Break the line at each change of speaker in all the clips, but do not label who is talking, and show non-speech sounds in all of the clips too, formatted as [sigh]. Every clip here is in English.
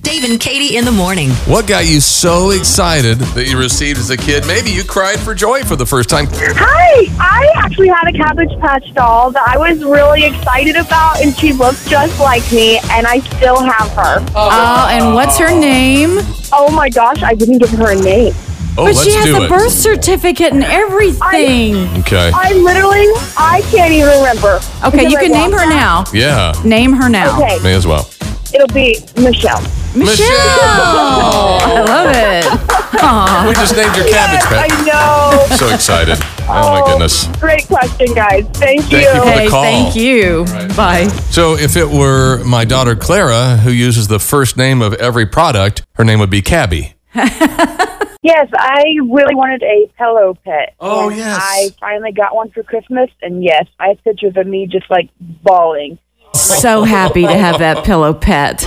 Dave and Katie in the morning.
What got you so excited that you received as a kid? Maybe you cried for joy for the first time. Oh,
Hi! I actually had a Cabbage Patch doll that I was really excited about, and she looked just like me, and I still have her.
Oh, and what's her name?
Oh my gosh, I didn't give her a name.
Oh,
But
let's
she has
do
a
it.
birth certificate and everything.
Okay.
I literally, I can't even remember.
Okay,
Because
you
I
can name
walked
her
out.
now.
Yeah.
Name her now.
Okay,
May as well.
it'll be Michelle.
Michelle.
Michelle!
I love it. Aw.
We just named your cabbage
Yes,
patch.
I know.
So excited. [laughs] Oh my goodness.
Great question, guys. Thank,
Thank you for the
Hey,
call.
thank you. Bye.
So if it were my daughter Clara who uses the first name of every product, her name would be Cabby.
Yes, I really wanted a pillow pet.
Oh,
and
yes.
I finally got one for Christmas, and yes, I have pictures of me just like bawling.
So happy to have that pillow pet.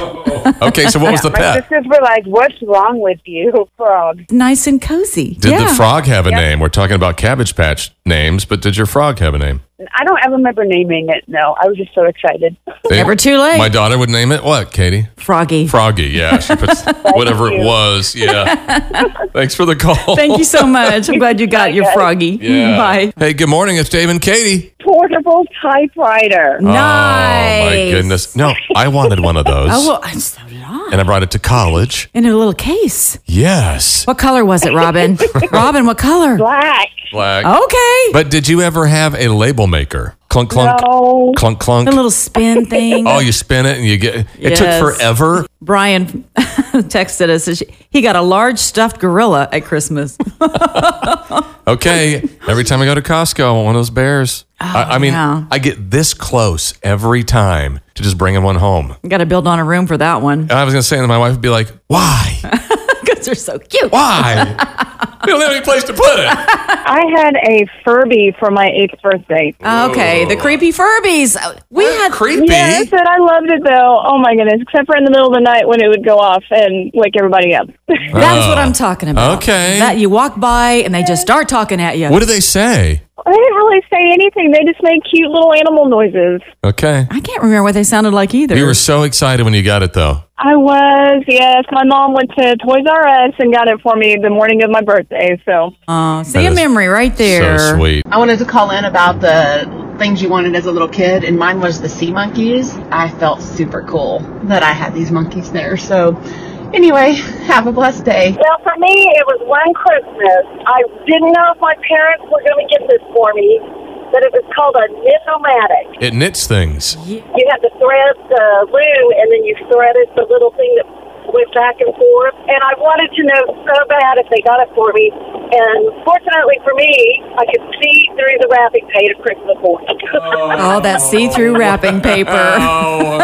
Okay, so what was the
My
pet?
sisters were like, "What's wrong with you, frog?"
Nice and cozy.
Did
yeah.
the frog have a name? We're talking about cabbage patch names, but did your frog have a name?
And I don't ever remember naming it. No, I was just so excited. [laughs]
They-
Never too late.
My daughter would name it what, Katie?
Froggy.
Froggy, yeah. She
[laughs]
puts whatever it was. Yeah. Thanks for the call.
Thank you so much. I'm glad you
[laughs]
got your froggy.
[laughs] Yeah.
Bye.
Hey, good morning. It's Dave and Katie.
Portable typewriter.
Nice.
Oh my goodness. No, I wanted
[laughs]
one of those.
Oh, well, I'm so did I.
and I brought it to college.
In a little case.
Yes.
What color was
[laughs]
it, Robin? Robin, what color?
Black.
Black.
Oh. Okay.
But did you ever have a label maker? Clunk clunk.
No.
Clunk clunk.
The little
[laughs]
spin thing.
Oh, you spin it and you get it
Yes.
took forever.
Brian [laughs] texted us. that she- He got a large stuffed gorilla at Christmas.
Okay.
[laughs]
every time I go to Costco, I want one of those bears. I, I mean,
Oh, yeah.
I get this close every time to just bringing one home.
got to build on a room for that one
And I was going to say, and my wife would be like, why?
[laughs] because they're so cute.
Why? [laughs] we don't have any place to put it.
I had a Furby for my eighth birthday.
Okay, the creepy Furbies. Uh, We had
Creepy.
Yes, and I loved it though. Oh my goodness! Except for in the middle of the night when it would go off and wake everybody up. [laughs]
That's
Oh.
what I'm talking about.
Okay.
That you walk by and they just start talking at you.
What do they say?
They didn't really say anything. They just made cute little animal noises.
Okay.
I can't remember what they sounded like either.
You were so excited when you got it, though.
I was, yes. My mom went to Toys R Us and got it for me the morning of my birthday. So
Aw, Uh, see
That
a
is
memory right there.
So sweet.
I wanted to call in about the things you wanted as a little kid, and mine was the sea monkeys. I felt super cool that I had these monkeys there. So, anyway, have a blessed day.
Well, for me, it was one Christmas. I didn't know if my parents were going to get this for me, but it was called a knit-o-matic.
It knits things.
You had to thread the loom, and then you threaded the little thing that went back and forth. And I wanted to know so bad if they got it for me. And fortunately for me, I could see through the wrapping paper Christmas morning. [laughs]
All that see-through wrapping
[laughs]
paper.
Oh,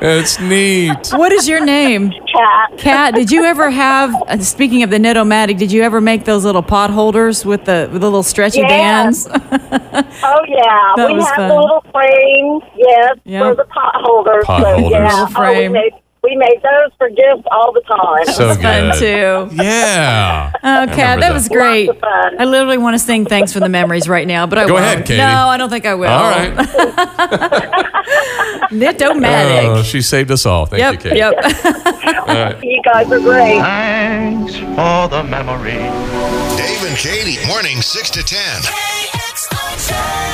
it's neat.
what is your name?
Cat.
Kat, did you ever have? uh, Speaking of the knitomatic, did you ever make those little pot holders with the with the little stretchy
Yes.
bands?
Oh yeah,
That
we
was
had
fun.
the little frames. Yes,
Yeah.
for the pot holders.
Pot
so,
holders.
Yeah,
The frame.
Oh, we, made, we made those for gifts all the time.
So
Fun
good.
too.
Yeah.
Oh, Kat,
remember
that was
that.
great.
Lots of fun.
I literally want to sing thanks for the memories right now, but I
Go
won't.
ahead, Katie.
No, I don't think I will.
All right.
[laughs]
Oh,
Knitomatic.
she saved us all. Thank you,
yep,
Kate.
yep.
you guys are great.
Thanks for the memory.
Dave and Katie, morning 6 to 10.
KXLJ.